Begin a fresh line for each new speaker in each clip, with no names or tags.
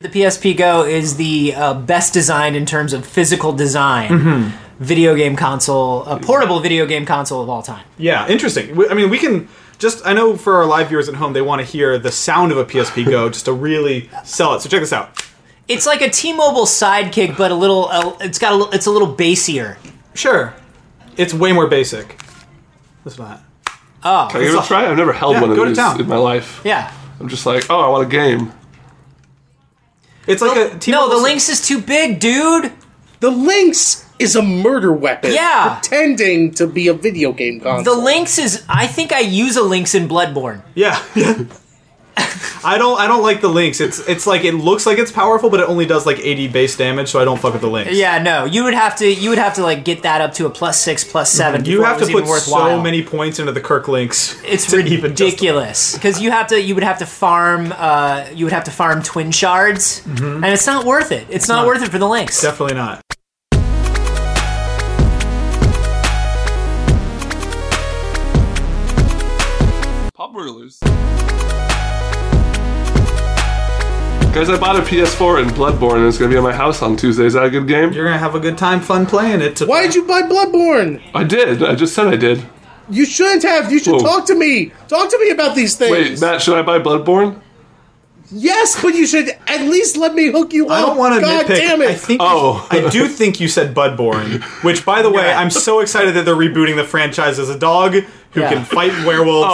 The PSP Go is the uh, best designed in terms of physical design video game console, a portable video game console of all time.
Yeah, interesting. W- I mean, we can just. I know for our live viewers at home, they want to hear the sound of a PSP Go just to really sell it. So check this out.
It's like a T-Mobile sidekick, but a little. Uh, it's got a. li- It's a little bassier.
Sure, it's way more basic. Listen to that.
Can I give it a try? I've never held
Yeah,
one of
go to
these
town.
in my life.
Yeah.
I'm just like, oh, I want a game.
It's like a
no,
T-Mobile
the Lynx is too big, dude.
The Lynx is a murder weapon.
Yeah.
Pretending to be a video game
The
console.
Lynx is. I think I use a Lynx in Bloodborne.
Yeah, yeah. I don't. I don't like the links. It's. It's like it looks like it's powerful, but it only does like 80 base damage. So I don't fuck with the links.
Yeah, no, you would have to. You would have to like get that up to a plus six, plus seven.
You
before
have
Mm-hmm. it
to
was even
put
worthwhile.
so many points into the Kirk links.
It's
to even justify-
ridiculous because you have to. You would have to farm. Uh, you would have to farm twin shards, and it's not worth it. It's, not, worth it for the Lynx.
Mm-hmm. Definitely not.
Pop Murderers. Guys, I bought a PS4 in Bloodborne and it's gonna be at my house on Tuesday. Is that a good game?
You're gonna have a good time, fun playing it.
Why did you buy Bloodborne?
I did. I just said I did.
You shouldn't have. You should
Whoa.
talk to me. Talk to me about these things.
Wait, Matt, should I buy Bloodborne?
Yes, but you should at least let me hook you
I
up.
don't want to
Oh, God
nitpick.
damn it.
I think.
Oh.
I do think you said Budborn, which, by the way,
Yeah.
I'm so excited that they're rebooting the franchise as a dog who
Yeah.
can fight werewolves.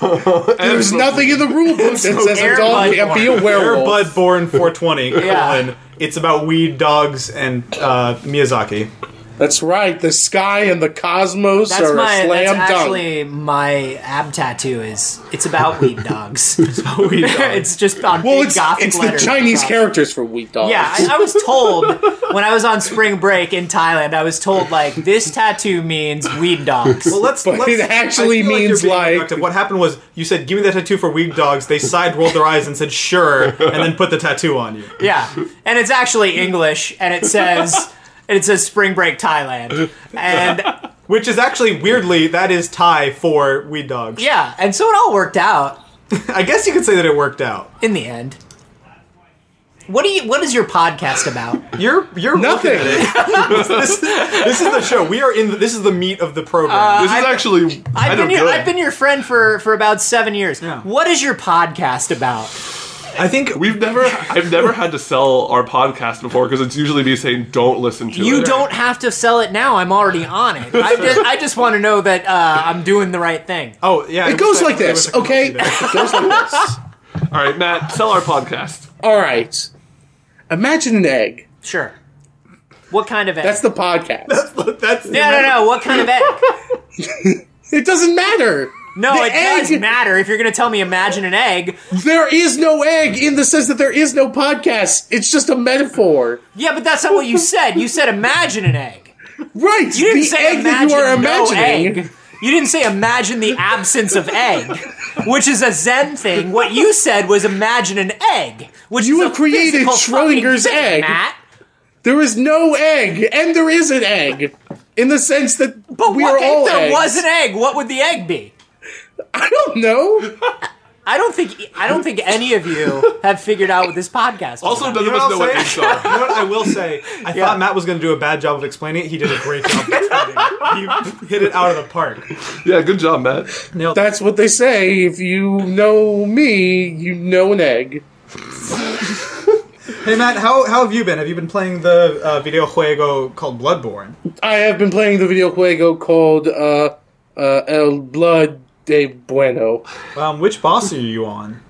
Oh.
There's nothing in the rule book that says
Air
a dog
Bud
can't be a
Born.
Air
werewolf.
Budborn 420.
Yeah.
colon. It's about weed, dogs, and uh, Miyazaki.
That's right. The sky and the cosmos
That's
are
my.
a slam
That's
dunk.
actually my ab tattoo. Is it's about weed dogs.
Weed dogs.
it's just on
well,
big
it's,
gothic
it's the
letters.
Chinese characters for weak dogs.
Yeah, I, I was told when I was on spring break in Thailand. I was told like this tattoo means weed dogs.
Well, let's.
But
let's
it actually
I feel
means,
you're being
like-
productive. what happened was you said, "Give me that tattoo for weak dogs." They side rolled their eyes and said, "Sure," and then put the tattoo on you.
Yeah, and it's actually English, and it says and it says Spring Break Thailand, and
Which is actually weirdly that is Thai for weed dogs.
yeah, and so it all worked out
I guess you could say that it worked out.
in the end. What do you? What is your podcast about?
You're you're
Nothing.
looking at it. this, is, this is the show. We are in. The, this is the meat of the program.
This is
I've-
actually
I've
kind of
been your,
good.
I've been your friend for for about seven years.
Yeah.
What is your podcast about?
I think we.
We've never, I've never had to sell our podcast before because it's usually me saying, "Don't listen to
You
it."
don't have to sell it now. I'm already on it. I just, I just want to know that uh, I'm doing the right thing.
Oh yeah.
It goes like
there was
this,
a commercial
okay?
there.
It goes like this.
All right, Matt, sell our podcast.
All right. Imagine an egg.
Sure. What kind of egg?
That's the podcast.
That's the
no, no, no. What kind of egg?
It doesn't matter.
No,
The
it does
egg-
matter. If you're going to tell me imagine an egg,
There is no egg in the sense that there is no podcast. It's just a metaphor.
yeah, but that's not what you said. You said imagine an egg.
Right.
You didn't
the
say
egg that
imagine
you are
no
imagining.
egg. You didn't say imagine the absence of egg, which is a Zen thing. What you said was imagine an egg, which
You
is
have
a
created
physical fucking
Schrödinger's
thing,
egg.
Matt.
There is no egg, and there is an egg. In the sense that
But
we
what
are
if
all
there
eggs.
was an egg? What would the egg be?
I don't know.
I don't think I don't think any of you have figured out what this podcast. is
Also,
about.
none
You
of
know
us know
what
what
I'll
eggs
say?
are.
You know what I will say? I
Yeah.
thought Matt was going to do a bad job of explaining it. He did a great job of explaining it. He hit it out of the park.
Yeah, good job, Matt.
Nailed it.
That's what they say. If you know me, you know an egg.
Hey, Matt, how, how have you been? Have you been playing the uh, video juego called Bloodborne?
I have been playing the video juego called uh, uh, El Blood de Bueno.
Um, which boss are you on?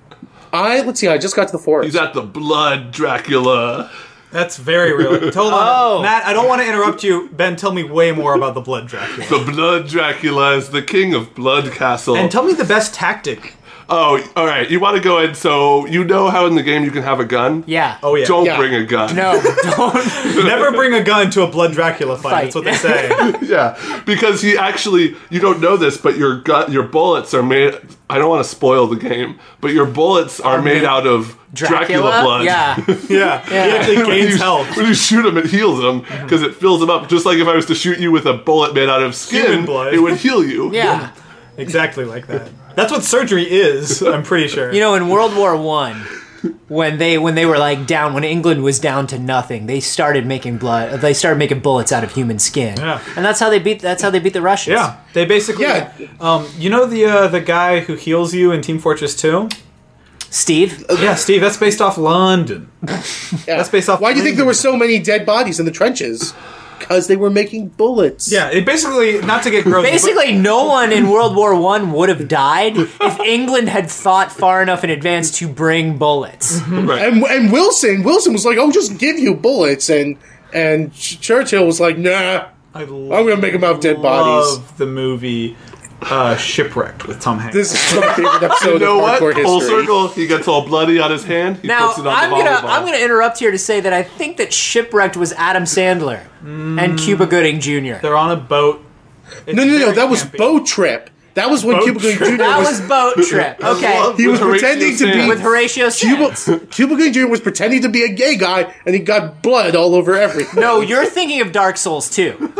I let's see. I just got to the forest.
He's at the blood, Dracula.
That's very real. Hold on.
Oh.
Matt, I don't want to interrupt you. Ben, tell me way more about the Blood Dracula.
The blood Dracula is the king of Blood Castle.
And tell me the best tactic.
oh, all right. You want to go in? So you know how in the game you can have a gun.
yeah.
Oh, yeah.
Don't
Yeah.
bring a gun.
No, don't.
Never bring a gun to a Blood Dracula fight.
Fight.
That's what they say.
Yeah, because he actually you don't know this, but your gut your bullets are made. I don't want to spoil the game, but your bullets are made out of Dracula, blood.
Yeah.
yeah. He actually
When you,
gains health.
when you shoot him, it heals him
Mm-hmm.
because it fills him up. Just like if I was to shoot you with a bullet made out
Human
of skin,
blood.
it would heal you.
Yeah.
Exactly like that. That's what surgery is, I'm pretty sure.
You know, in World War One, when they when they were like down when England was down to nothing, they started making blood. They started making bullets out of human skin,
Yeah.
and that's how they beat. That's how they beat the Russians.
Yeah, they basically.
Yeah.
Um, you know the uh, the guy who heals you in Team Fortress Two?
Steve.
Yeah, Steve. That's based off London.
Yeah.
That's based off
Why do you think
London.
there were so many dead bodies in the trenches? Because they were making bullets.
Yeah, it basically not to get gross. but-
Basically, no one in World War One would have died if England had thought far enough in advance to bring bullets.
And and Wilson Wilson was like, "Oh, just give you bullets," and and Ch- Churchill was like, "Nah."
I love,
I'm gonna make 'em out of dead bodies.
Love the movie uh, Shipwrecked with Tom Hanks.
This is my favorite episode
You know
of
what?
Hardcore
Full
History.
circle. He gets all bloody on his hand. He
Now
puts it on
I'm
the
gonna
volleyball.
I'm gonna interrupt here to say that I think that shipwrecked was Adam Sandler and Cuba Gooding Jr.
They're on a boat. It's
No, no, no.
very
That was
campy.
Boat Trip. That was when
Boat
Cuba Gooding
Trip.
Jr.
That
was
was boat trip. Okay,
love
he
With
was
Horatio
pretending to be
Sands.
with Horatio
Cuba,
Sands.
Cuba Gooding Jr. was pretending to be a gay guy, and he got blood all over everything.
No, you're thinking of Dark Souls too.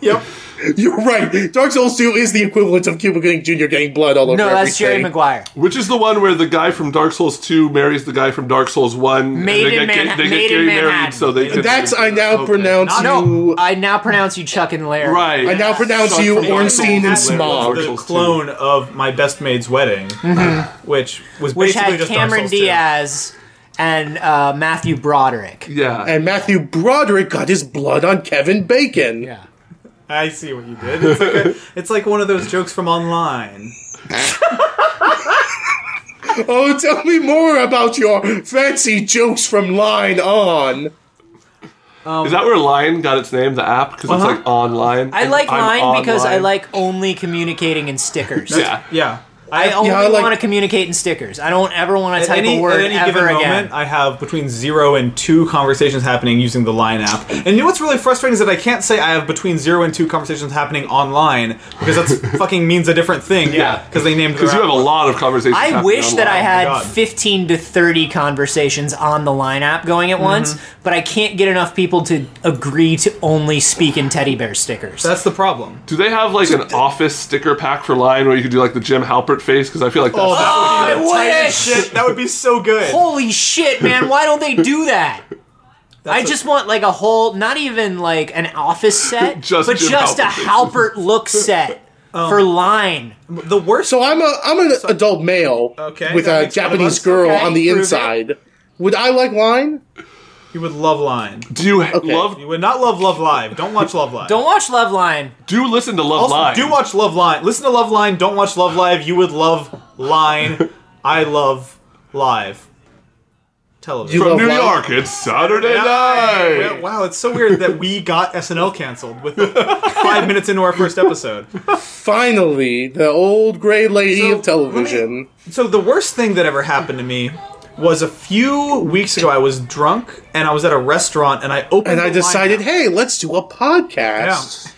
Yep.
you're right. Dark Souls 2 is the equivalent of Cuba Gooding Jr. getting blood all over
No,
everything.
that's Jerry Maguire.
Which is the one where the guy from Dark Souls 2 marries the guy from Dark Souls 1.
Made
and
in
they
Manha-
get, ga- they
made
get
in
gay
Manhattan.
married, so they could.
That's I now
Okay.
pronounce
No,
you.
I now pronounce you Chuck and Larry.
Right.
I now pronounce
Son
you
from Dark
Ornstein and
Souls, Larry
Smog.
Dark
The
Souls 2.
clone of my best maid's wedding, which was
Mm-hmm. which
basically
had
just
Cameron
Dark Souls 2.
Diaz and uh, Matthew Broderick.
Yeah.
And Matthew Broderick got his blood on Kevin Bacon.
Yeah.
I see what you did. It's like, a, it's like one of those jokes from online.
Oh, tell me more about your fancy jokes from Line On. Um,
is that where Line got its name, the app? Because
Uh-huh.
it's like online.
I like
I'm
mine because I
online.
like only communicating in stickers.
Yeah.
Yeah.
I only
I like-
want to communicate in stickers. I don't ever want to
At
type
any,
a word
at any
ever
given
again.
moment, I have between zero and two conversations happening using the Line app. And you know what's really frustrating is that I can't say I have between zero and two conversations happening online because that's fucking means a different thing.
Yeah.
because they named.
Because
their
you have a
app-
lot of conversations.
I
happening
wish that I
online.
had
Oh God.
15 to 30 conversations on the line app going
Mm-hmm.
at once, but I can't get enough people to agree to only speak in teddy bear stickers.
That's the problem.
Do they have like an office sticker pack for Line where you could do like the Jim Halpert face? Because I feel
Oh,
like that's.
I wish!
Shit, that would be so good.
Holy shit, man! Why don't they do that? I just want like a whole, not even like an office set,
Just
but
Jim
just a
Halpert.
Halpert look set for line.
the worst.
So I'm a I'm an adult male
Okay,
with
that
a
makes one of
Japanese
us.
girl
Okay,
on the
prove it.
inside. Would I like Line?
you would love Line.
do you love?
You would not love Love Live. Don't watch Love Live.
Don't watch Love Line.
Do listen to Love
also,
Line.
do watch Love Line. Listen to Love Line. Don't watch Love Live. You would love Line. I love live television.
You
from
Love
New
Line?
York. It's Saturday
Yeah,
night.
yeah, Wow, it's so weird that we got SNL canceled with five minutes into our first episode.
Finally, the old gray lady
So,
of television.
So the worst thing that ever happened to me was a few weeks ago. I was drunk and I was at a restaurant and I opened
And
the
I
line
decided,
app.
hey, let's do a podcast.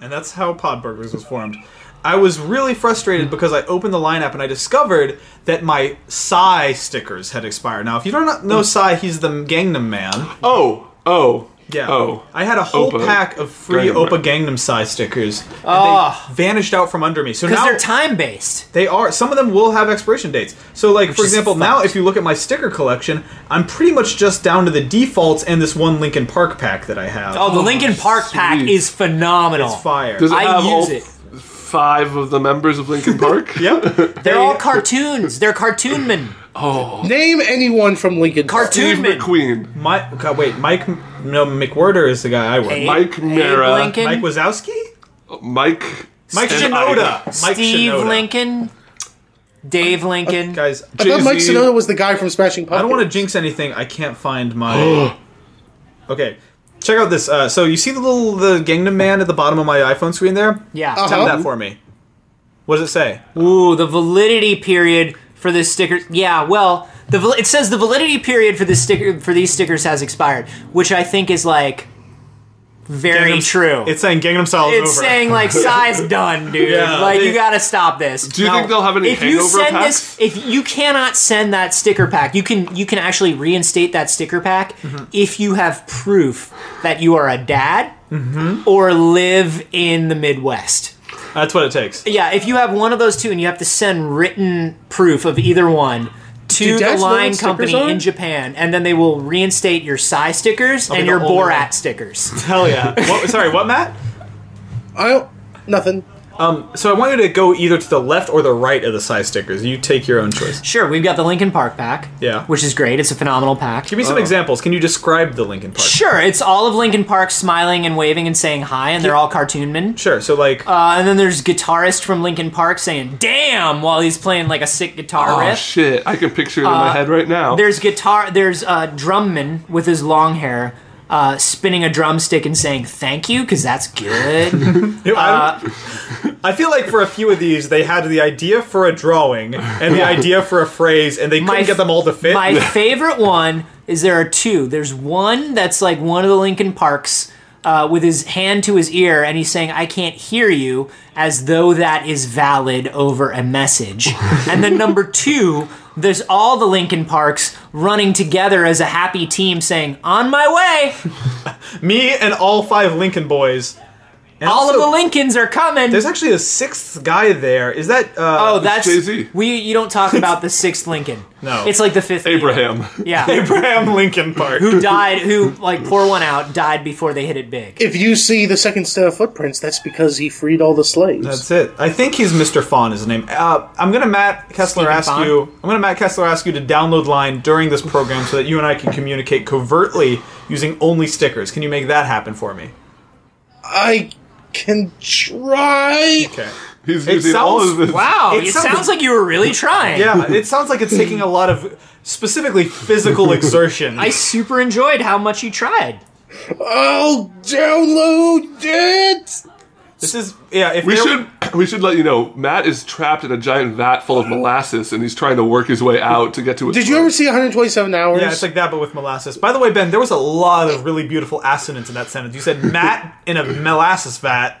and that's how Podburgers was formed. I was really frustrated because I opened the lineup and I discovered that my Psy stickers had expired. Now, if you don't know Psy, he's the Gangnam Man.
Oh. Oh.
Yeah.
Oh.
I had a whole
Opa.
pack of free
Gangnam
Opa Gangnam Psy stickers. And they vanished out from under me. So
Because
now
they're time based.
they are. Some of them will have expiration dates. So, like for
is
example, now
fucked.
if you look at my sticker collection, I'm pretty much just down to the defaults and this one Lincoln Park pack that I have.
Oh, the Lincoln Park pack
sweet.
is phenomenal.
It's fire.
Does it
I
have
use
all
it.
five of the members of Lincoln Park?
Yep.
They're all cartoons. They're cartoon men.
Name anyone from Lincoln. Park.
Cartoon
Steve
men.
McQueen,
My God, wait, Mike? No, McWhorter is the guy I work. with.
Abe-
Mike
Abe
Mara.
Lincoln,
Mike Wazowski,
Mike,
Mike
and
Shinoda,
Ike.
Mike
Steve
Shinoda.
Lincoln, Dave Lincoln.
Guys,
I thought Mike
Jay-Z.
Sonoda was the guy from Smashing Pumpkins.
I don't want to jinx anything. I can't find my. okay, check out this. Uh, so you see the little the Gangnam Man at the bottom of my iPhone screen there?
Yeah.
Uh-huh.
Tell that for me. What does it say?
Ooh, the validity period for this sticker. Yeah, well, the val- it says the validity period for this sticker for these stickers has expired, which I think is like very
Gangnam-
true.
It's saying Gangnam Style is
It's
over.
saying like size done, dude.
Yeah.
like
They-
you got to stop this.
Do you
No.
think they'll have any
if you
hangover
send
packs?
this, if you cannot send that sticker pack, you can you can actually reinstate that sticker pack
Mm-hmm.
if you have proof that you are a dad
Mm-hmm.
or live in the Midwest.
That's what it takes.
Yeah, if you have one of those two and you have to send written proof of either one, to
Did
the
Dash know
line
what stickers
company
are?
in Japan, and then they will reinstate your Psy stickers and
be the
your
only one.
Borat stickers.
Hell yeah. What, sorry, what, Matt?
I don't. Nothing.
So I want you to go either to the left or the right of the size stickers. You take your own choice.
Sure, we've got the Lincoln Park pack.
Yeah.
Which is great. It's a phenomenal pack.
Give me some
Oh.
examples. Can you describe the Lincoln Park?
Sure, it's all of Lincoln Park smiling and waving and saying hi, and they're all cartoon men.
Sure. So like,
Uh, and then there's guitarist from Lincoln Park saying "damn" while he's playing like a sick guitar
Oh
riff.
shit! I can picture it in my head right now.
There's guitar. There's uh, drumman with his long hair, uh, spinning a drumstick and saying "thank you" because that's good.
I,
uh,
I feel like for a few of these, they had the idea for a drawing and the idea for a phrase, and they couldn't
f-
get them all to fit.
My favorite one is there are two. There's one that's like one of the Lincoln Parks. Uh, with his hand to his ear, and he's saying, I can't hear you, as though that is valid over a message. and then number two, there's all the Lincoln Parks running together as a happy team saying, On my way!
Me and all five Lincoln boys. And
All
also,
of the Lincolns are coming!
There's actually a sixth guy there. Is that? Uh,
Oh, that's
Jay-Z.
We you don't talk about the sixth Lincoln.
No.
it's like the fifth.
Abraham.
Yeah,
Abraham Lincoln Park.
who died? Who like pour one out died before they hit it big.
If you see the second set of footprints, that's because he freed all the slaves.
That's it. I think he's Mr. Fawn is his name. Uh, I'm gonna Matt Kessler
Stephen
ask
Fawn?
you. I'm gonna Matt Kessler ask you to download Line during this program so that you and I can communicate covertly using only stickers. Can you make that happen for me?
I can try.
Okay.
He's
It
using all
sounds-
of this.
Wow, it,
It
sounds,
sounds-
like you were really trying.
Yeah, it sounds like it's taking a lot of specifically physical exertion.
I super enjoyed how much you tried.
I'll download it.
this is yeah. If
We
there-
should we should let you know Matt is trapped in a giant vat full of molasses and he's trying to work his way out to get to. His
Did you ever see 127 hours?
Yeah, it's like that, but with molasses. By the way, Ben, there was a lot of really beautiful assonance in that sentence. You said Matt in a molasses vat.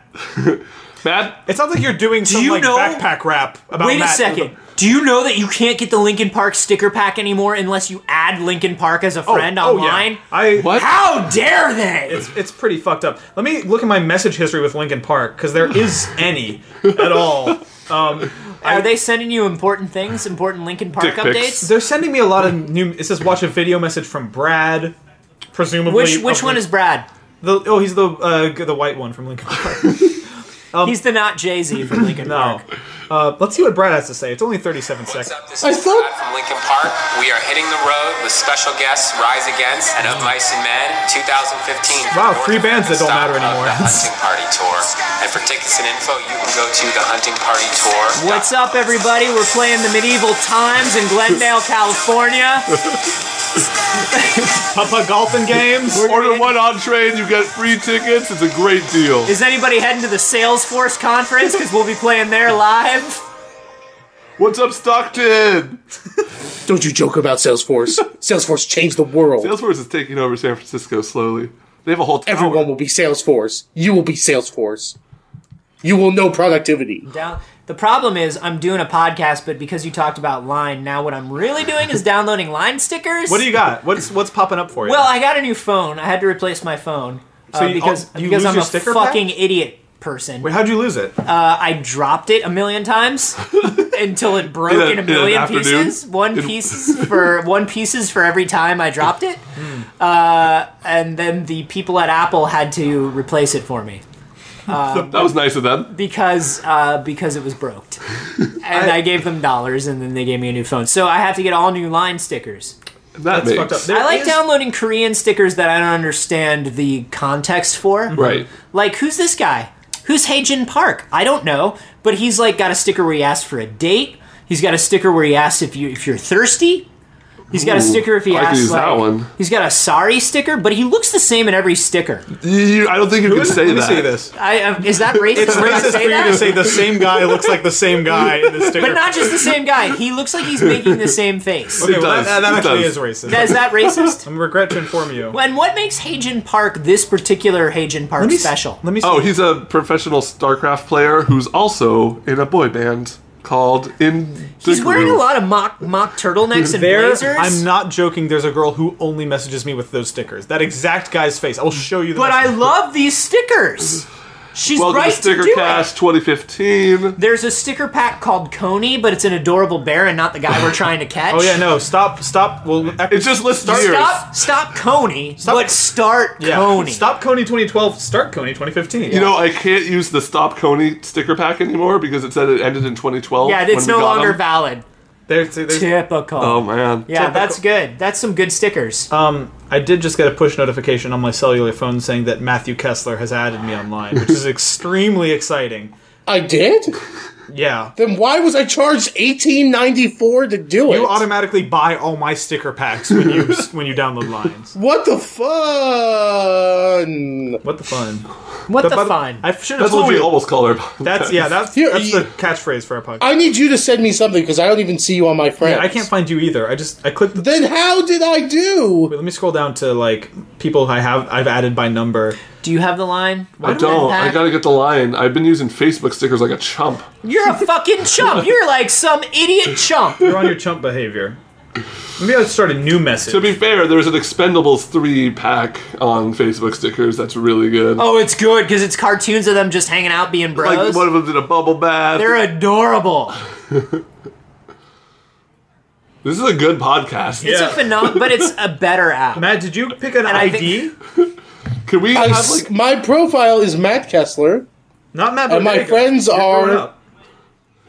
Matt?
It sounds like you're doing some
you
like
know-
backpack rap about.
Wait
Matt. Oh,
a second. Do you know that you can't get the Lincoln Park sticker pack anymore unless you add Lincoln Park as a
Oh,
friend
oh, yeah.
online?
I
What?
How dare they?
It's, it's pretty fucked up. Let me look at my message history with Lincoln Park because there is any at all. Um,
are they sending you important things, important Lincoln Park
Dick pics.
updates?
they're sending me a lot of new. It says watch a video message from Brad, presumably.
Which
of
which one
Lincoln-
is Brad?
The, oh, he's the uh, g- the white one from Lincoln Park.
He's the not Jay Z from Lincoln
Um, No.
Oh.
Park.
Uh, let's see what Brad has to say. It's only 37
What's
seconds.
up? This
I
is
thought-
Brad from Lincoln Park. We are hitting the road with special guests Rise Against and Of Mice and Men 2015.
Wow,
North
three bands that don't
stop
matter
of
anymore.
The Hunting Party Tour. And for tickets and info, you can go to the Hunting Party Tour.
What's up, everybody? We're playing the medieval times in Glendale, California.
Papa Golfing Games.
Order one entree and you get free tickets. It's a great deal.
Is anybody heading to the Salesforce conference? Because we'll be playing there live.
What's up, Stockton?
Don't you joke about Salesforce. Salesforce changed the world.
Salesforce is taking over San Francisco slowly. They have a whole tower.
Everyone will be Salesforce. You will be Salesforce. You will know productivity.
Down. The problem is, I'm doing a podcast, but because you talked about Line, now what I'm really doing is downloading Line stickers.
What do you got? What's what's popping up for you?
Well, I got a new phone. I had to replace my phone uh,
So you-
because
oh, you
because
lose
I'm
your
a
sticker pack?
fucking idiot person.
Wait, how'd you lose it?
I dropped it a million times until it broke
In a-
in a,
in an
million
afternoon?
pieces. One
In-
piece for one pieces for every time I dropped it. Uh,
Hmm.
and then the people at Apple had to replace it for me
That was nice of them.
because uh, because it was broke. And I, gave them dollars, and then they gave me a new phone. So I have to get all new line stickers.
That
It's fucked up.
makes
There
I like
is-
downloading Korean stickers that I don't understand the context for.
right.
Like, who's this guy? Who's Heijin Park? I don't know, but he's like got a sticker where he asks for a date. He's got a sticker where he asks if you if you're thirsty. He's got a
Ooh,
sticker if he
I could
asks
use
like,
that one.
He's got a sorry sticker, but he looks the same in every sticker.
You- I don't think you can say
Let me
that.
see this.
I, uh, is that racist?
It's
when I say
racist for you
that?
to say the same guy looks like the same guy in the sticker.
but not just the same guy. He looks like he's making the same face.
Okay,
It
well,
does.
that, that
It
actually is
does.
racist.
Now, Is that racist?
I regret to inform you.
And what makes Heijin Park this particular Heijin Park
Let me s-
special?
Let me. See.
Oh, he's a professional StarCraft player who's also in a boy band called In the
He's wearing a
Groove.
lot of mock mock turtlenecks and
there.
blazers.
I'm not joking. There's a girl who only messages me with those stickers. That exact guy's face. I will show you. The
But I
message.
love these stickers. She's
Welcome
right
to Sticker
do it.
Cash 2015.
There's a sticker pack called Coney, but it's an adorable bear and not the guy we're trying to catch.
Oh yeah, no, stop, stop. Well,
It's just let's start.
Stop, stop Coney, but start
yeah.
Coney.
Stop Coney 2012. Start Coney 2015.
You know, I can't use the Stop Coney sticker pack anymore because it said it ended in 2012.
Yeah,
when
it's
we
no
got
longer
them.
valid.
there's, there's,
Typical.
Oh Uh, man.
yeah,
typical.
that's good. That's some good stickers.
Um, I did just get a push notification on my cellular phone saying that Matthew Kessler has added me online, which is extremely exciting.
I did?
Yeah.
Then why was I charged eighteen ninety four to do it?
You automatically buy all my sticker packs when you when you download lines.
what the fun?
What the fun!
what the
But
fun?
I should have
That's what
told
we
you.
almost call our.
That's yeah. That's
Here,
that's
you-
the catchphrase for our podcast.
I need you to send me something because I don't even see you on my friends.
Yeah, I can't find you either. I just I clicked. The,
Then how did I do?
wait, let me scroll down to like people I have I've added by number.
Do you have the line?
I don't. I gotta get the line. I've been using Facebook stickers like a chump.
You're a fucking chump. You're like some idiot chump.
You're on your chump behavior. Maybe I'll start a new message.
To be fair, there's an Expendables 3 pack on Facebook stickers that's really good.
Oh, it's good because it's cartoons of them just hanging out being bros.
like one of them's in a bubble bath.
They're adorable.
this is a good podcast.
It's
Yeah.
a phenom, but it's a better app.
Matt, did you pick an
I
ID?
Can we
I
have
s-
like
my profile is Matt Kessler.
Not Matt.
Uh,
And my
Bodega.
friends
You're
are-
growing up.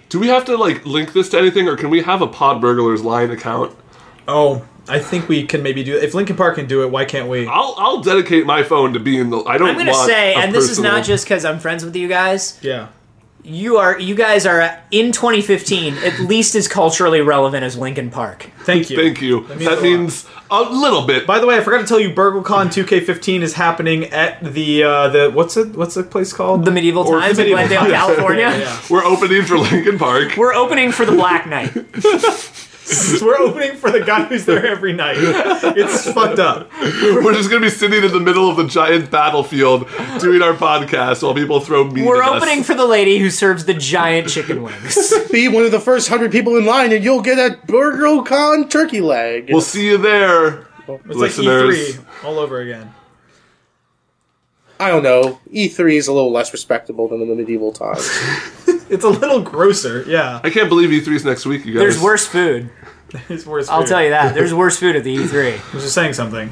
do we have to like link this to anything or can we have a Pod Burglars line account?
Oh, I think we can maybe do. If Lincoln Park can do it, why can't we?
I'll I'll dedicate my phone to being the I don't
I'm gonna
want
say,
a
and this is
personal-
not just because I'm friends with you guys.
Yeah.
You are, you guys are uh, in 2015 at least as culturally relevant as Lincoln Park.
Thank you.
Thank you.
means
that
a
means a little bit.
By the way, I forgot to tell you, BurgleCon 2K15 is happening at the uh, the what's it what's the place called?
The medieval
Or
times in
medieval
Glendale,
times.
California.
Yeah, yeah.
We're opening for Lincoln Park.
We're opening for the Black Knight.
We're opening for the guy who's there every night. It's fucked up.
We're just gonna be sitting in the middle of the giant battlefield doing our podcast while people throw meat.
We're
at us.
opening for the lady who serves the giant chicken wings.
Be one of the first hundred people in line, and you'll get a BurgerCon turkey leg.
We'll see you there,
It's
listeners.
like E3 all over again.
I don't know. E3 is a little less respectable than the medieval times.
It's a little grosser. Yeah,
I can't believe E3's next week, you guys.
There's worse food.
it's worse.
I'll tell you that. There's worse food at the E E3.
I was just saying something.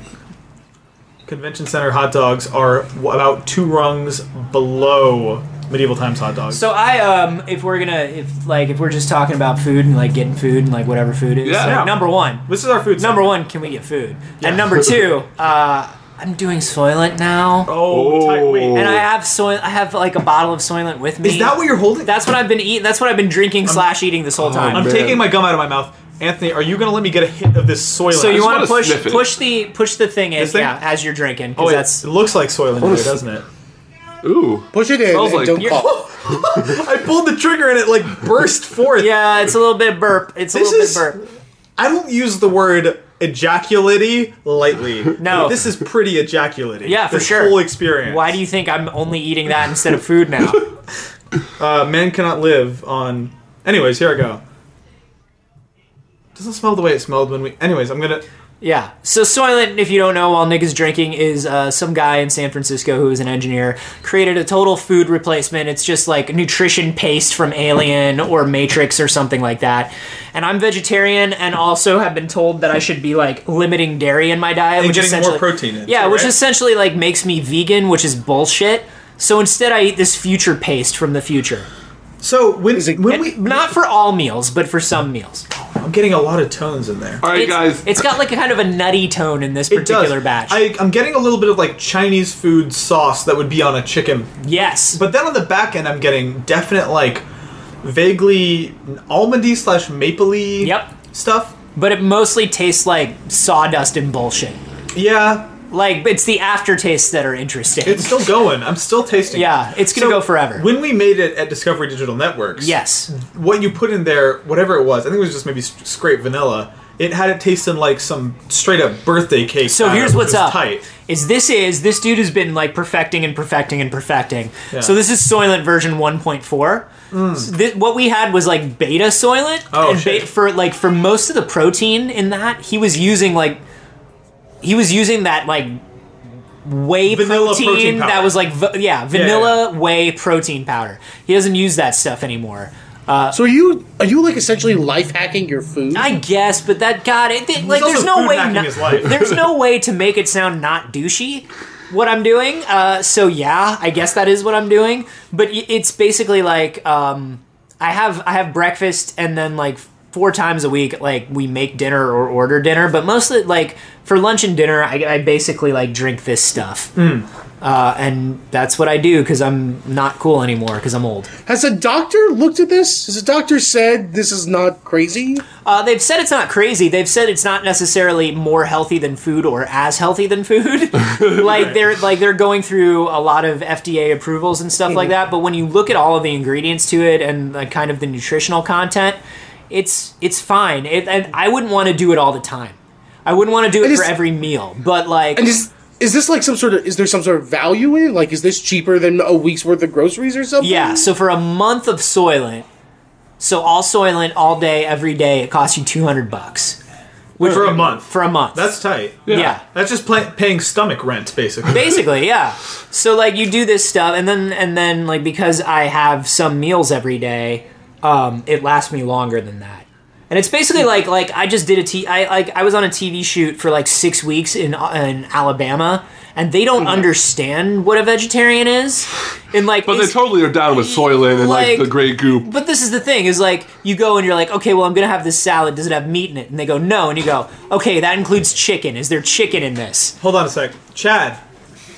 Convention center hot dogs are w- about two rungs below medieval times hot dogs.
So I um if we're gonna if like if we're just talking about food and like getting food and like whatever food is
Yeah.
like,
Yeah.
number one
this is our food.
number
segment.
one can we get food and number two uh I'm doing Soylent now
Oh, tight wait.
Oh.
and I have soil I have like a bottle of Soylent with me
Is that what you're holding?
that's what I've been eating that's what I've been drinking slash eating this
Oh,
whole time
I'm
man.
taking my gum out of my mouth. Anthony, are you gonna let me get a hit of this soil?
so you
just
want to
wanna
push
sniff it.
push the push the thing in
This thing?
yeah as you're drinking 'cause
Oh,
that's
that's, it looks like soil in here, doesn't it?
Ooh,
Push it in
Smells
and
like-
don't cough.
I pulled the trigger and it like burst forth.
yeah it's a little bit burp it's a
This
little
is-
bit burp
I don't use the word ejaculity lightly.
No.
This is pretty ejaculity.
Yeah, for
This
sure.
whole experience.
why do you think I'm only eating that instead of food now
Uh, man cannot live on. Anyways, here I go. Doesn't smell the way it smelled when we. Anyways, I'm gonna.
Yeah. So Soylent, if you don't know, while Nick is drinking, is uh, some guy in San Francisco who is an engineer created a total food replacement. It's just like nutrition paste from Alien or Matrix or something like that. And I'm vegetarian, and also have been told that I should be like limiting dairy in my diet,
And
which
getting more
essentially-
protein in,
Yeah,
too,
which
right?
essentially like makes me vegan, which is bullshit. So instead, I eat this future paste from the future.
So when when we.
Not for all meals, but for some meals.
I'm getting a lot of tones in there.
all right,
It's-
guys.
it's got like a kind of a nutty tone in this
It does.
particular batch.
I, I'm getting a little bit of like Chinese food sauce that would be on a chicken
yes,
But then on the back end, I'm getting definite like vaguely almondy slash mapley
Yep.
stuff.
but it mostly tastes like sawdust and bullshit.
Yeah,
Like it's the aftertastes that are interesting.
it's still going. I'm still tasting. it.
yeah, it's gonna
So,
go forever.
When we made it at Discovery Digital Networks,
yes,
what you put in there, whatever it was, I think it was just maybe s- scraped vanilla. It had it tasting like some straight up birthday cake.
So
batter,
here's
which
what's
was
up.
Tight.
Is this is this dude has been like perfecting and perfecting and perfecting.
Yeah. Hmm.
So this is Soylent version 1.4. So thi- what we had was like beta Soylent,
Oh,
and
shit.
be- for like for most of the protein in that he was using like he was using that like whey
Vanilla
protein,
protein powder.
that was like v- yeah vanilla whey protein powder. He doesn't use that stuff anymore.
So are you are you like essentially life hacking your food?
I guess, but that God, it, it- like
also
there's no
food
way.
hacking
not-
his life.
there's no way to make it sound not douchey. What I'm doing, uh, so yeah, I guess that is what I'm doing. But y- it's basically like um, I have I have breakfast and then like four times a week, like we make dinner or order dinner. But mostly like for lunch and dinner, I, I basically like drink this stuff.
Hmm.
Uh, and that's what I do because I'm not cool anymore because I'm old.
Has a doctor looked at this? Has a doctor said this is not crazy?
Uh, they've said it's not crazy. They've said it's not necessarily more healthy than food or as healthy than food. like they're like they're going through a lot of FDA approvals and stuff like that. But when you look at all of the ingredients to it and like kind of the nutritional content, it's it's fine. It, and I wouldn't want to do it all the time. I wouldn't want to do it,
is-
for every meal. But like
And is is this like some sort of is there some sort of value in it? Like is this cheaper than a week's worth of groceries or something?
Yeah, so for a month of Soylent, so all Soylent all day every day, it costs you 200 bucks
for a month.
for a month.
That's tight.
yeah.
That's just pla- paying stomach rent, basically.
basically yeah so like you do this stuff and then and then like because i have some meals every day um it lasts me longer than that and it's basically like like i just did a t i like i was on a tv shoot for like six weeks in in alabama and they don't understand what a vegetarian is and like
But they
it's-
totally are down with Soylent and like,
like-
the Grey Goop.
but this is the thing is like you go and you're like okay well i'm gonna have this salad does it have meat in it and they go no and you go okay that includes chicken is there chicken in this
Hold on a sec. Chad.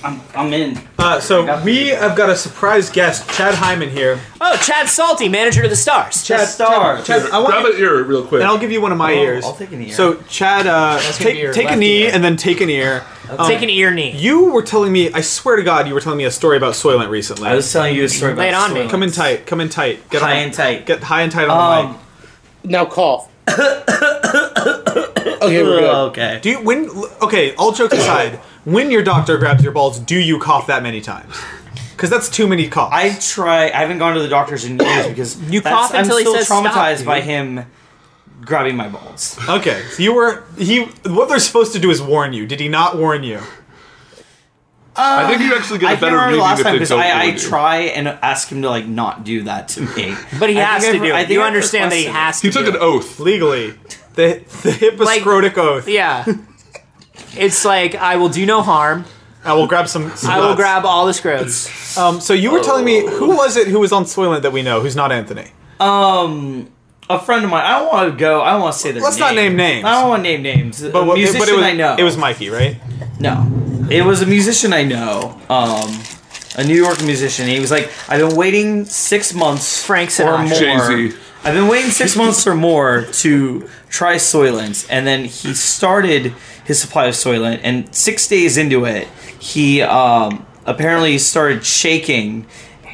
I'm, I'm in.
Uh, so we have got a surprise guest, Chad Hyman here.
oh chad salty manager of the stars
Chad Star.
Chad, I want
Grab an ear real quick.
and I'll give you one of my
Oh,
ears.
I'll take an ear.
So Chad, uh,
gonna be
take
your
take a
left
knee
ear.
and then take an ear. Um,
take an ear knee
you were telling me, I swear to God, you were telling me a story about Soylent recently.
I was telling you a story about
Lay it on me.
Soylent.
come in tight, come in tight, get
High
on-
and tight.
get high and tight on the
Um,
mic.
Now cough. Oh, okay, we're good.
Um,
okay.
Do you when? Okay, all jokes aside, when your doctor grabs your balls, do you cough that many times? Because that's too many coughs.
I try. I haven't gone to the doctors in years because
You
that's-
cough until
I'm
he
still
says stop,
traumatized
dude.
by him grabbing my balls.
okay, so you were he. What they're supposed to do is warn you. Did he not warn you?
I think you actually get
I
a
can't
better
remember
reading
the last
if
time
they
because
don't
I, I
warn you.
try and ask him to like not do that to me.
But he
I
has
think
to
I've-
do
I
it.
think
You
I've
understand that he
requested
has to.
He took
do
an
it.
oath.
Legally, the the Hippocratic oath.
Yeah. It's like I will do no harm.
I will grab some. some
I will
nuts.
grab all the scrotes.
Um, so you were telling me
Oh.
who was it who was on Soylent that we know? Who's not Anthony?
Um, a friend of mine. I don't want to go. I don't want to say their
Let's
name.
not name names.
I don't want to name names. But
what-
a musician
it was,
I know.
It was Mikey, right?
no. It was a musician I know. Um, a New York musician. He was like, I've been waiting six months
Frank
or
Sinatra.
more.
Jay-Z.
I've been waiting six months or more to try Soylent, and then he started his supply of Soylent, and six days into it, he um, apparently started shaking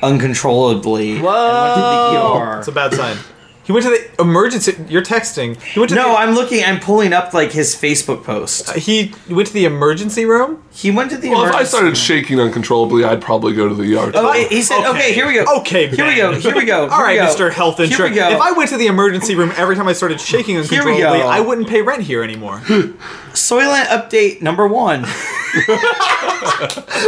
uncontrollably.
Whoa.
And went to the ER.
It's a bad sign. He went to the emergency. You're texting. He went to
No,
the,
I'm looking. I'm pulling up like his Facebook post.
He went to the emergency room.
He went to the.
Well, if I
emergency-
started shaking uncontrollably, I'd probably go to the yard.
Oh, he- he said, "Okay, here we go.
Okay,
here we
Ben.
go. Here we go.
All right,
here we go.
Mr. Health
Here we
Insurance.
go.
If I went to the emergency room every time I started shaking
we
uncontrollably,
go.
I wouldn't pay rent here anymore.
Soylent update number one.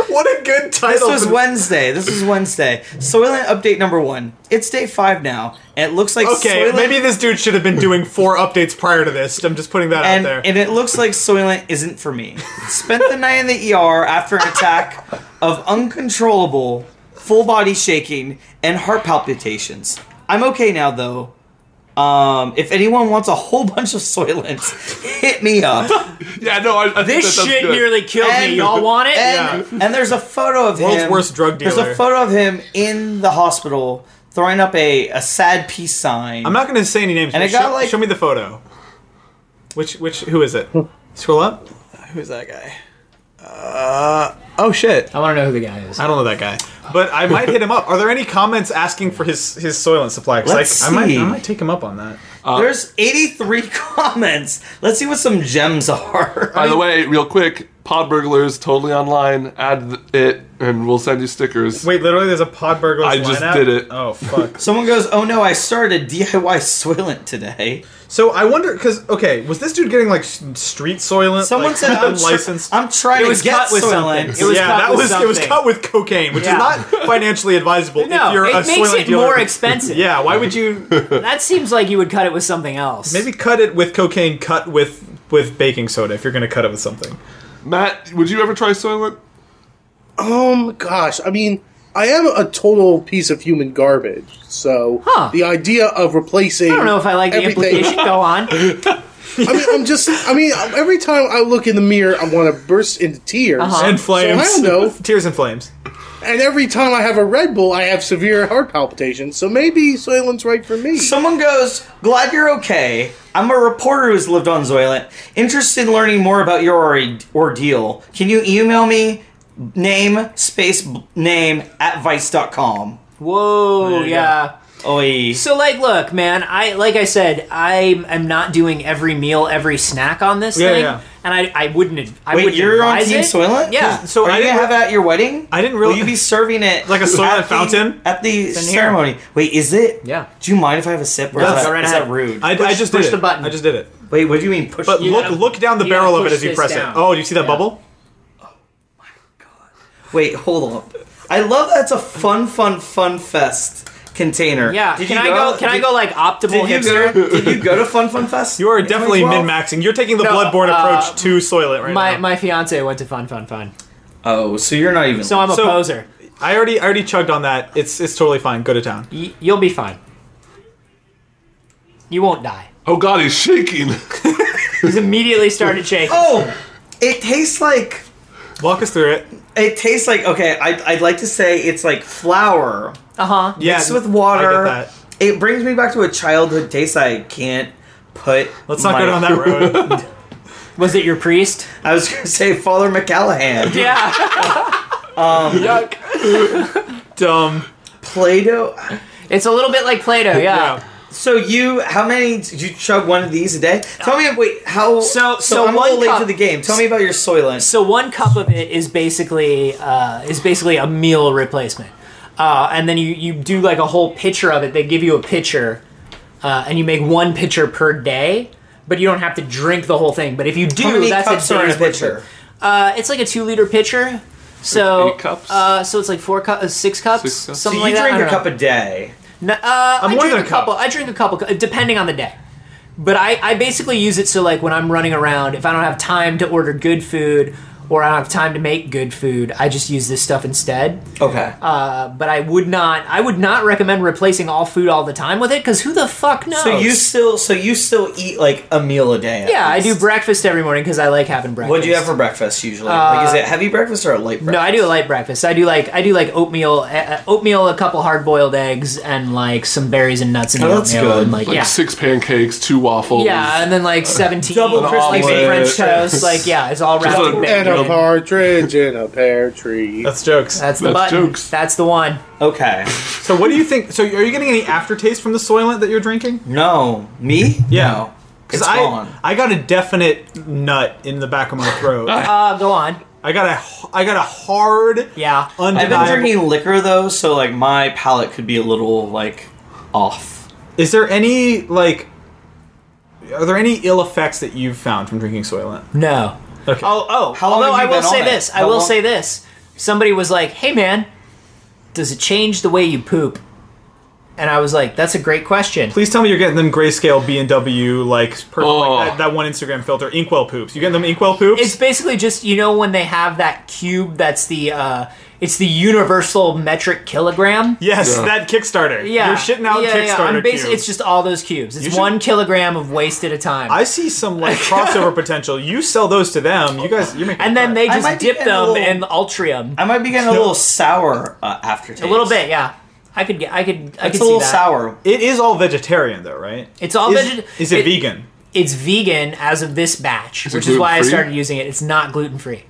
what a good
This
title!
was
for-
Wednesday. This was Wednesday. Soylent update number one. It's day five now, and it looks like
Okay,
Soylent,
maybe this dude should have been doing four updates prior to this. I'm just putting that
and,
out there.
and it looks like Soylent isn't for me. Spent the night in the ER after an attack of uncontrollable full body shaking and heart palpitations. I'm okay now though. Um, if anyone wants a whole bunch of Soylent, hit me up.
yeah, no, I, I think
This
that, that's
shit
good.
nearly killed
And-
me. Y'all want it?
And, and there's a photo of
World's
him.
worst drug
There's
dealer.
a photo of him in the hospital throwing up a, a sad peace sign.
I'm not going to say any names.
And
but
it got,
show,
like-
show me the photo. Which which who is it? Scroll up. Who's that guy? Uh, oh shit!
I want to know who the guy is.
I don't know that guy, but I might hit him up. Are there any comments asking for his his Soylent supply? 'Cause,
Let's
like, I might
see.
I might take him up on that.
There's 83 comments. Let's see what some gems are.
By the way, real quick, Pod Burglars totally online. Add th- it, and we'll send you stickers.
Wait, literally, there's a pod burglar.
I just did it.
Oh fuck.
Someone goes, "Oh no, I started DIY Soylent today."
so I wonder, because okay, was this dude getting like s- street soylent?
Someone
like,
said, "I'm tr-
licensed.
I'm trying
It was
to get
cut with something.
Soylent.
It was
yeah,
cut
that
with
was it was
something.
cut with cocaine, which
Yeah.
is not financially advisable. if
No,
you're a
it makes
soylent
it
dealer.
more expensive.
Yeah, why would you
That seems like you would cut it with something else.
maybe cut it with cocaine? Cut with with baking soda if you're going to cut it with something.
Matt, would you ever try Soylent?
Um, gosh, I mean, I am a total piece of human garbage. So
Huh.
the idea of replacing,
I don't know if I like the
everything-
implication. Go on.
I mean, I'm just, I mean, every time I look in the mirror, I want to burst into tears.
Uh-huh.
And flames.
Um, So I don't know.
Tears and flames.
And every time I have a Red Bull, I have severe heart palpitations. So maybe Soylent's right for me.
Someone goes, "Glad you're okay." I'm a reporter who's lived on Soylent. Interested in learning more about your ore- ordeal. Can you email me? Name space b- name at vice.com.
Whoa, yeah.
Oi.
So like, look, man, I like I said, I am not doing every meal, every snack on this
Yeah,
thing,
yeah.
and I, I wouldn't. ad- I
Wait,
wouldn't
you're on
advise
Team
it.
Soylent?
Yeah.
So
Are
I
you gonna
didn't
have it at your wedding?
I didn't
Will
really-
you be serving it
Like a soda
at the-
fountain?
at the
in here.
ceremony? Wait, is it?
Yeah.
Do you mind if I have a sip? Or
No,
is
go
that,
right
is
ahead.
that rude?
I, I just
push
did
the
it.
button.
I just did it.
Wait, what do you mean push?
But
You
look
gotta-
look down the
you
barrel
gotta
of it
push
as you
this
press
down.
it. Oh, do you see that bubble?
Wait, hold on. I love that's a fun, fun, fun fest container.
Yeah.
Did
can
you
I go? Can I
did-
go like optimal
Did you,
hipster?
go, did you go to Fun Fun Fest?
You are definitely min
2012?
maxing. You're taking the
No,
bloodborne
uh,
approach to Soylent right
My
now.
my fiance went to Fun Fun Fun,
Oh, so you're not even.
so I'm a
So-
poser.
I already I already chugged on that. It's it's totally fine. Go to town.
Y- you'll be fine. You won't die.
Oh God, he's shaking.
He's immediately started shaking.
oh, it tastes like.
Walk us through it.
It tastes like okay. I, I'd like to say it's like flour
Uh huh.
Yeah,
mixed with water.
I get that.
It brings me back to a childhood taste I can't put.
Let's not
my-
go down that road.
Was it your priest?
I was gonna say Father McCallahan.
Yeah.
Um,
Dumb.
Play-Doh.
it's a little bit like Play-Doh. Yeah.
So you, how many did you chug one of these a day? Tell me, wait, how?
So- so
I'm a little
one
late
cup-
to the game. Tell me about your Soylent.
So one cup of it is basically uh, is basically a meal replacement, uh, and then you you do like a whole pitcher of it. They give you a pitcher, uh, and you make one pitcher per day, but you don't have to drink the whole thing. But if you do,
how many
that's
cups
a
are in
day's
a
worth of-
pitcher?
Uh, it's like a two liter pitcher. So
Eight cups?
Uh, so it's like four cups, uh, six cups,
Six cups.
So
something
you
like
drink
that.
a cup a day.
No, uh, I
more
drink a
than a cup.
couple. I drink a couple, cu- depending on the day. But I, I basically use it so like when I'm running around, if I don't have time to order good food or I don't have time to make good food, I just use this stuff instead.
Okay.
Uh, but I would not, I would not recommend replacing all food all the time with it because who the fuck knows?
so you still, so you still eat like a meal a day. at
yeah, I
least.
do breakfast every morning because I like having breakfast.
What do you have for breakfast usually? like, is it heavy breakfast or a light breakfast?
Uh, No, I do a light breakfast. I do like I do like oatmeal, uh, uh, oatmeal, a couple hard boiled eggs, and like some berries and nuts in the
Oh, that's
oatmeal,
good.
and like
Like
yeah,
six pancakes, two waffles.
Yeah, and then like seventeen
Double
like,
crispy
bacon
omelet.
French toast. Like yeah, it's all wrapped.
Just
in
a-
bacon.
and a partridge in a pear tree.
That's jokes.
That's the
That's
button.
jokes.
That's the one.
Okay.
So what do you think? So are you getting any aftertaste from the Soylent that you're drinking?
No, me?
Yeah.
No. It's
I
gone.
I got a definite nut in the back of my throat. I
Uh, go on.
got a h- I got a hard
Yeah.
I've been
undeniable.
drinking liquor though, so like my palate could be a little like off.
Is there any like are there any ill effects that you've found from drinking Soylent?
No.
Okay.
Oh oh.
How long
Although
have
I
you
will
been
say
on it?
this, I
How
will
long-
say this. Somebody was like, "Hey man, does it change the way you poop?" And I was like, "That's a great question."
Please tell me you're getting them grayscale B and W like, per-
Oh.
like that, that one Instagram filter inkwell poops. You getting them inkwell poops?
It's basically just you know when they have that cube that's the uh it's the universal metric kilogram.
yes,
Yeah.
that Kickstarter.
Yeah,
you're shitting out
yeah, yeah.
Kickstarter
I'm basi-
cubes.
It's just all those cubes. It's
You should-
one kilogram of waste at a time.
I see some like crossover potential. You sell those to them. You guys, you're making.
and then
a
they
cut.
I
just
might be
dip
getting a
them
little-
in Ultrium.
I might be getting a little sour uh, aftertaste.
A little bit, yeah. I could get. I could. I
It's
could
a little
see that.
sour.
It is all vegetarian though, right?
It's all
is,
vege-
Is it,
it-
vegan?
It's vegan as of this batch,
it
which is why I
gluten-free?
started using it. It's not gluten free.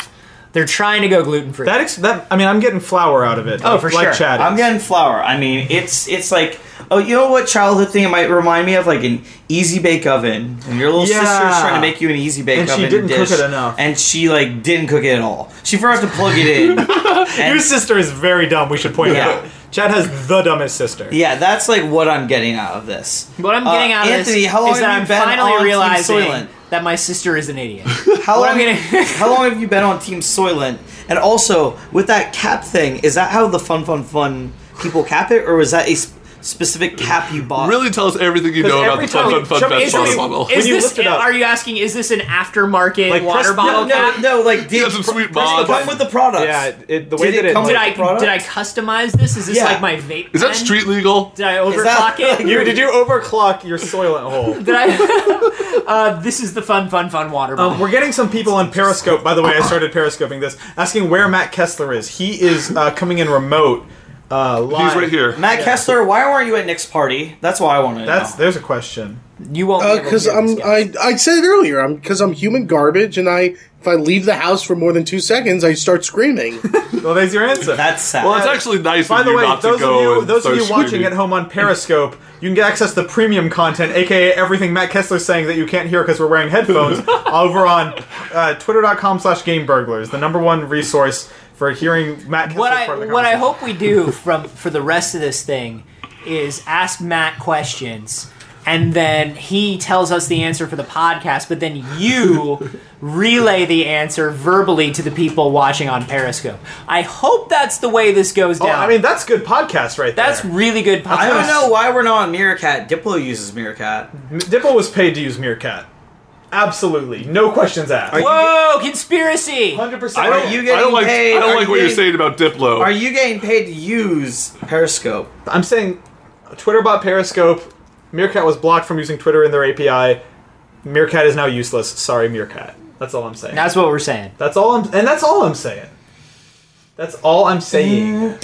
They're trying to go gluten free.
That, ex- that I mean, I'm getting flour out of it.
Oh,
like,
for
like
sure.
Chad
I'm
is.
getting flour. I mean, it's it's like oh, you know what childhood thing it might remind me of like an easy bake oven. And your little
Yeah.
sister's trying to make you an easy bake
And she
oven
didn't cook
dish,
it enough.
and she like didn't cook it at all. She forgot to plug it in. And-
Your sister is very dumb. We should point
Yeah.
out. Chad has the dumbest sister.
yeah, that's like what I'm getting out of this.
what I'm
Uh,
getting out of
Anthony,
this
how long
is that
have you
I'm
been on
finally
Team
realizing
Soylent?
that my sister is an idiot.
How
What I'm
long?
getting-
how long have you been on Team Soylent? And also with that cap thing, is that how the fun, fun, fun people cap it, or was that a sp- specific cap you bought?
Really tell us everything you know about
every
the fun,
time-
fun, fun,
Trump
fun,
is-
fun
is-
bottle.
Is
you
this?
lift it up-
Are you asking? Is this an aftermarket
Like,
water
press-
bottle
no,
No,
cap?
no, like
You
did
got some sweet
What's the
bods.
problem with the products?
Yeah, it, the way
Did
that
it
it,
come
Did
with
like,
I
Product?
did I customize this? Is this
Yeah.
like my vape?
Is that
pen?
street legal?
Did I
that-
overclock it?
you did you overclock your soylent hole?
Did I? uh, this is the fun, fun, fun water bottle.
Um, we're getting some people on Periscope. By the way, I started Periscoping this, asking where Matt Kessler is. He is uh, coming in remote. Uh, live.
He's right here.
Matt Kessler, why weren't you at Nick's party? That's why I wanted to
That's
know.
there's a question.
you won't. be able to
Oh, Because
hear this,
Uh, I'm,
guys.
I, I said it earlier. I'm because I'm human garbage, and I if I leave the house for more than two seconds, I start screaming.
Well, there's your answer.
That's sad.
Well, it's actually nice
By
of
the
you
way,
not
those
to go
of you
and
those of
start
you watching
screaming.
at home on Periscope, you can access the premium content, aka everything Matt Kessler's saying that you can't hear because we're wearing headphones, over on uh, twitter.com slash game burglars, the number one resource for hearing Matt Kessler
what
part of
I
the
what I
conversation.
hope we do from for the rest of this thing is ask Matt questions and then he tells us the answer for the podcast but then you relay the answer verbally to the people watching on Periscope. I hope that's the way this goes
Oh,
down.
I mean, that's good podcast right
that's
there.
really good podcast.
I don't know why we're not on Meerkat. Diplo uses Meerkat.
Dipple was paid to use Meerkat. Absolutely. No questions asked.
Whoa, conspiracy.
100%.
I don't,
you
I
getting
don't like,
paid?
I
Are
don't like
you
what you're
getting-
saying about Diplo.
Are you getting paid to use Periscope?
I'm saying Twitter bought Periscope. Meerkat was blocked from using Twitter in their API. Meerkat is now useless. Sorry, Meerkat. That's all I'm saying.
That's what we're saying.
That's all I'm, and that's all I'm saying. That's all I'm saying.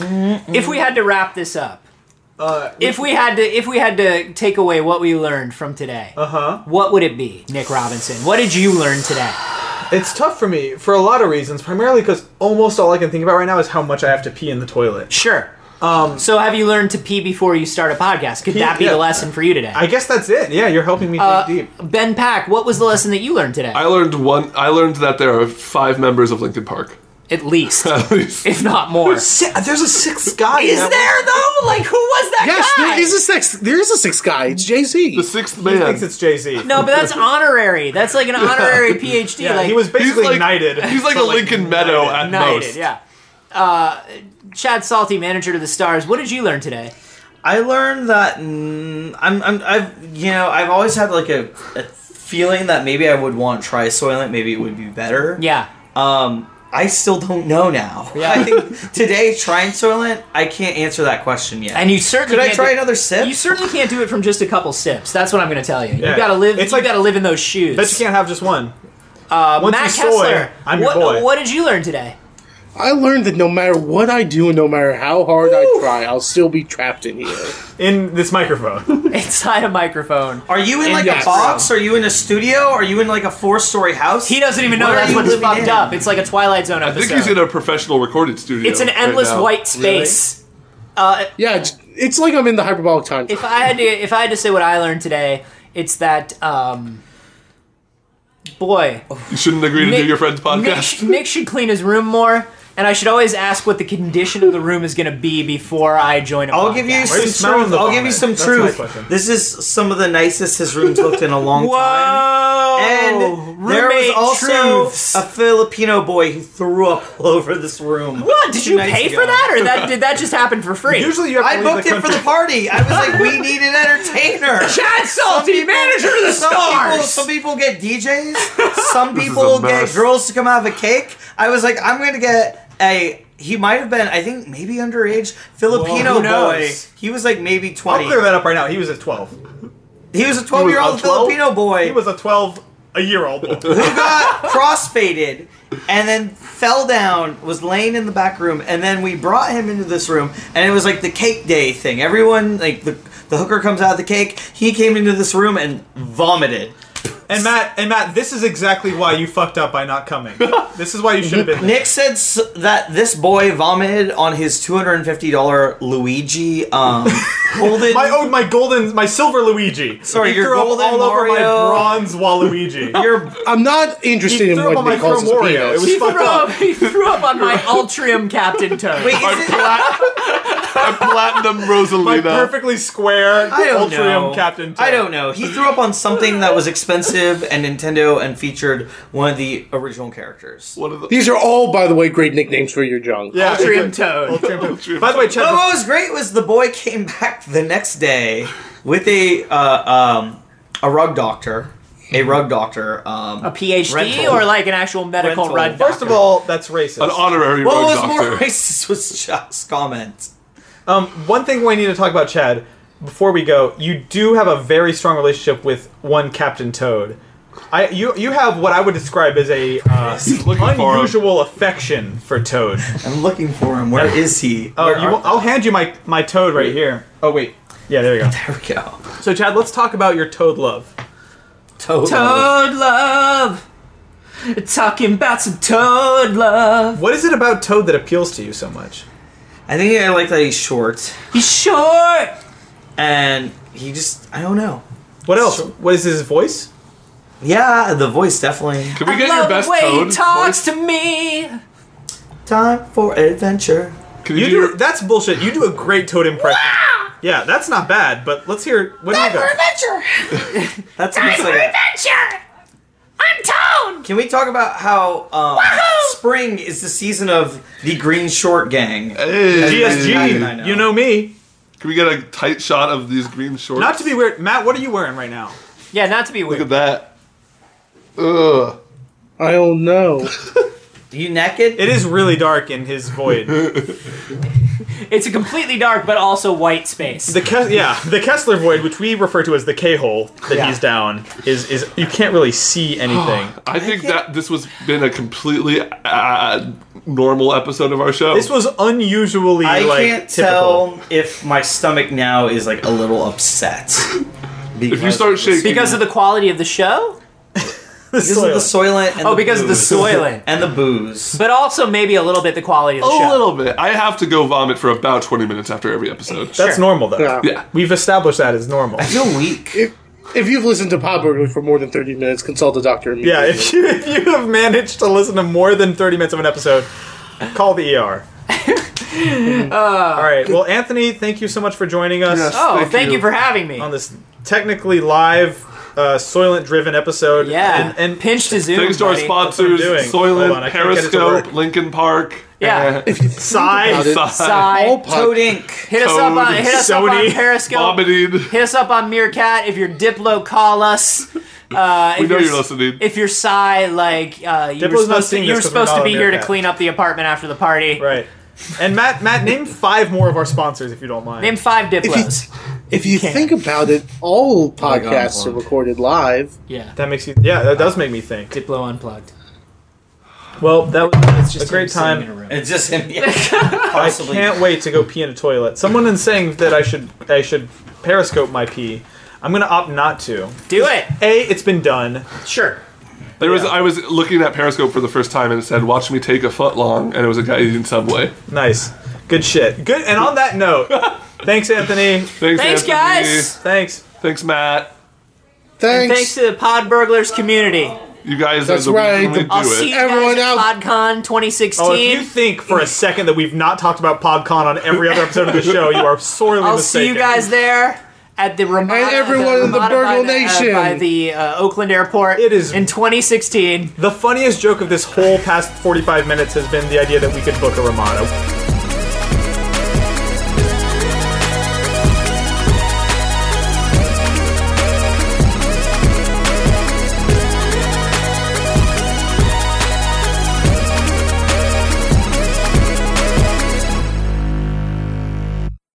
If we had to wrap this up,
Uh,
if we had to if we had to take away what we learned from today,
huh.
what would it be, Nick Robinson? What did you learn today?
It's tough for me for a lot of reasons. Primarily because almost all I can think about right now is how much I have to pee in the toilet.
Sure. so have you learned to pee before you start a podcast? Could that be
yeah.
the lesson for you today?
I guess that's it. Yeah, you're helping me think deep.
ben Pack, what was the lesson that you learned today?
I learned one. I learned that there are five members of Lincoln Park.
At least,
At least.
if not more.
There's a sixth guy. in
Is
that
there though? Like, who was that
yes,
guy?
there is a six. There is a six guy. It's Jay Z.
The sixth
one. He
man.
thinks it's Jay Z.
no, but that's honorary. That's like an honorary PhD.
yeah,
like
he was basically
like-
knighted.
He's like a
but,
Lincoln Meadow at
knighted.
most.
Yeah. Uh, Chad Salty, manager to the stars. What did you learn today?
I learned that mm, I'm, I'm I've you know I've always had like a, a feeling that maybe I would want to try Soylent. Maybe it would be better.
Yeah.
Um, I still don't know now.
Yeah.
I think today trying Soylent, I can't answer that question yet.
And you certainly
could I
can't
try
do-
another sip?
You certainly can't do it from just a couple sips. That's what I'm going to tell you. You
Yeah.
got to live.
It's
you
like-
got to live in those shoes.
Bet you can't have just one.
Uh,
Once
Matt
you soy,
Kessler,
I'm your
what,
boy.
what did you learn today?
I learned that no matter what I do, and no matter how hard I try, I'll still be trapped in here.
in this microphone.
Inside a microphone.
Are you in like
yes.
a box? Are you in a studio? Are you in like a four-story house?
He doesn't even know
Where are
that's
you
what's
living
fucked
in?
up. It's like a Twilight Zone
I
episode.
think he's in a professional recording studio.
it's an
right
endless
now.
white space. Uh,
Yeah, it's, it's like I'm in the hyperbolic time.
if I had to, if I had to say what I learned today, it's that. Um, boy,
You shouldn't agree to do your friend's
Nick,
podcast.
sh- Nick should clean his room more. And I should always ask what the condition of the room is going to be before I join. i
I'll give you
Why are you
some
smelling
truth.
the
I'll give you
vomit?
some
That's my question.
truth. This is some of the nicest his room's looked in a long time.
Whoa!
And Oh, there was
Roommate
also
truths.
a Filipino boy who threw up all over this room.
What? Did
two
you
nights
pay
ago.
for that, or that did that just happen for free?
Usually you have to
I
leave
booked
the
it for the
country.
party. I was like, we need an entertainer.
Chad Salty, manager of the
Some people,
stars.
some people get DJs. Some
is
people
a
get
mess.
girls to come have a cake. I was like, I'm going to get a. He might have been, I think, maybe underage Filipino
Who
boy.
knows?
He was like maybe
I'll clear
20.
that up right now. He was a 12.
He was a 12 year old
a 12?
Filipino boy
uh, He was a 12 a year old.
who got crossfaded and then fell down, was laying in the back room, and then we brought him into this room, and it was like the cake day thing. Everyone, like the the hooker comes out of the cake. He came into this room and vomited.
And Matt, and Matt, this is exactly why you fucked up by not coming. This is why you should have been. there.
Nick said s- that this boy vomited on his two hundred and fifty dollar Luigi um, golden.
My oh my golden my silver Luigi.
Sorry,
he
your
threw up
golden
all over my
Mario.
bronze Waluigi.
your
I'm not interested in
threw up
what
on my
Nick calls his
Chrome Wario.
penis.
It was
He
fucked
threw, up,
up.
he threw up on my Ultrium Captain Toad.
wait, is
My,
it-
plat- my platinum
My
Rosalina.
perfectly square
I don't
Ultrium
know.
Captain.
I
Toad.
don't know. He threw up on something that was expensive and Nintendo and featured one of the original characters.
One of the-
These are all, by the way, great nicknames for your junk.
Yeah,
Ultrium
exactly.
Toad.
Ultrium Toad. By the way, Chad,
But what was great was the boy came back the next day with a uh, um, a rug doctor, a rug doctor. Um,
A PhD
Rental.
or like an actual medical
Rental.
run.
first of all, that's racist.
an honorary
what was
road
more
doctor.
racist was Chuck's comment.
Um, one thing we need to talk about, Chad, before we go, you do have a very strong relationship with one Captain Toad. I you you have what I would describe as a uh,
looking for him.
unusual affection for Toad.
I'm looking for him. Where is he?
Oh,
Where
you,
are-
I'll hand you my my Toad right here.
oh wait,
Yeah, there you go.
there we go.
So, Chad, let's talk about your Toad love.
Toad.
Toad love. Talking about some toad love.
What is it about Toad that appeals to you so much?
I think I like that he's short
He's short.
and he just I don't know.
What else? What is his voice?
Yeah, the voice definitely.
Can we
I
get
love
your best
the way
toad?
he talks
voice?
to me.
Time for adventure.
Can
You
you, do
do
your-
that's bullshit. You do a great Toad impression. Yeah, that's not bad. But let's hear. What do you got?
That's almost like a-
Adventure. I'm Toad.
Can we talk about how um, spring is the season of the Green Short Gang?
Hey.
I
GSG.
know.
You know me.
Can we get a tight shot of these green shorts?
Not to be weird, Matt. What are you wearing right now?
Yeah, not to be
Look
weird.
at that. Ugh.
I don't know.
You naked?
It is really dark in his void.
It's a completely dark but also white space.
The Kes- yeah, the Kessler void, which we refer to as the K hole that
Yeah.
he's down, is is you can't really see anything.
I think that this was been a completely uh, normal episode of our show.
this was unusually
I
like
can't
typical.
tell if my stomach now is like a little upset.
if you start shaking,
because of the quality of the show?
Because of the soylent and
Oh,
the
because of the
booze.
soylent.
and the booze.
But also maybe a little bit the quality of
a
the show.
little bit, I have to go vomit for about twenty minutes after every episode.
That's
Sure.
normal though.
Yeah.
yeah,
We've established that as normal.
I feel weak.
If, if you've listened to Pop Burger for more than 30 minutes, consult a doctor
Yeah,
immediately.
if you if you have managed to listen to more than thirty minutes of an episode, call the ER. All right. Well, Anthony, thank you so much for joining us
Yes.
Oh,
Thank
thank,
you.
you. for having me.
on this technically live, uh, soylent-driven episode.
Yeah,
and, and
pinch to zoom.
thanks to our
buddy.
sponsors,
That's what I'm doing. Hold on,
Soylent,
I can't get it to
Periscope,
work.
Lincoln Park.
Yeah.
eh,
sigh.
About it.
Sigh,
Sigh.
All
Toad
pod-
Inc.
Hit us up on
Toad,
hit us up on
Sony,
Periscope.
vomited.
Hit us up on Meerkat if you're Diplo. Call us. Uh,
We
if
know
you're-
you're listening.
If you're Psy, like uh, you were
Diplo's not
supposed to,
seeing
you were
this 'cause we're
supposed
not
to
on
be here to
Meerkat.
clean up the apartment after the party.
Right. And Matt, Matt, name five more of our sponsors if you don't mind.
Name five Diplos.
if you think about it, all podcasts
God.
are recorded live.
yeah,
that makes you. Yeah, that does make me think.
Diplo unplugged.
Well, that was
It's just
a great
him sitting in a
time.
room.
It's just him. Yeah.
I
Possibly.
can't wait to go pee in a toilet. Someone is saying that I should, I should periscope my pee. I'm gonna opt not to.
Do it.
A, it's been done.
Sure.
There was
Yeah.
I was looking at Periscope for the first time and it said, "Watch me take a foot long," and it was a guy eating Subway.
Nice. Good shit. Good. And on that note, thanks, Anthony.
Thanks,
Thanks,
Anthony.
guys.
Thanks.
Thanks, Matt.
Thanks.
Thanks to the Pod Burglars community.
You guys
That's
are the
right.
reason we
I'll
do
see you
it.
Everyone
guys
out.
at PodCon 2016.
Oh, if you think for a second that we've not talked about PodCon on every other episode of the show, you are sorely
I'll
mistaken.
see you guys there at the Ramada.
And everyone in
Ramada
the
by
Burgle
the- uh,
Nation.
by the uh, Oakland Airport.
It is-
in 2016.
The funniest joke of this whole past 45 minutes has been the idea that we could book a Ramada.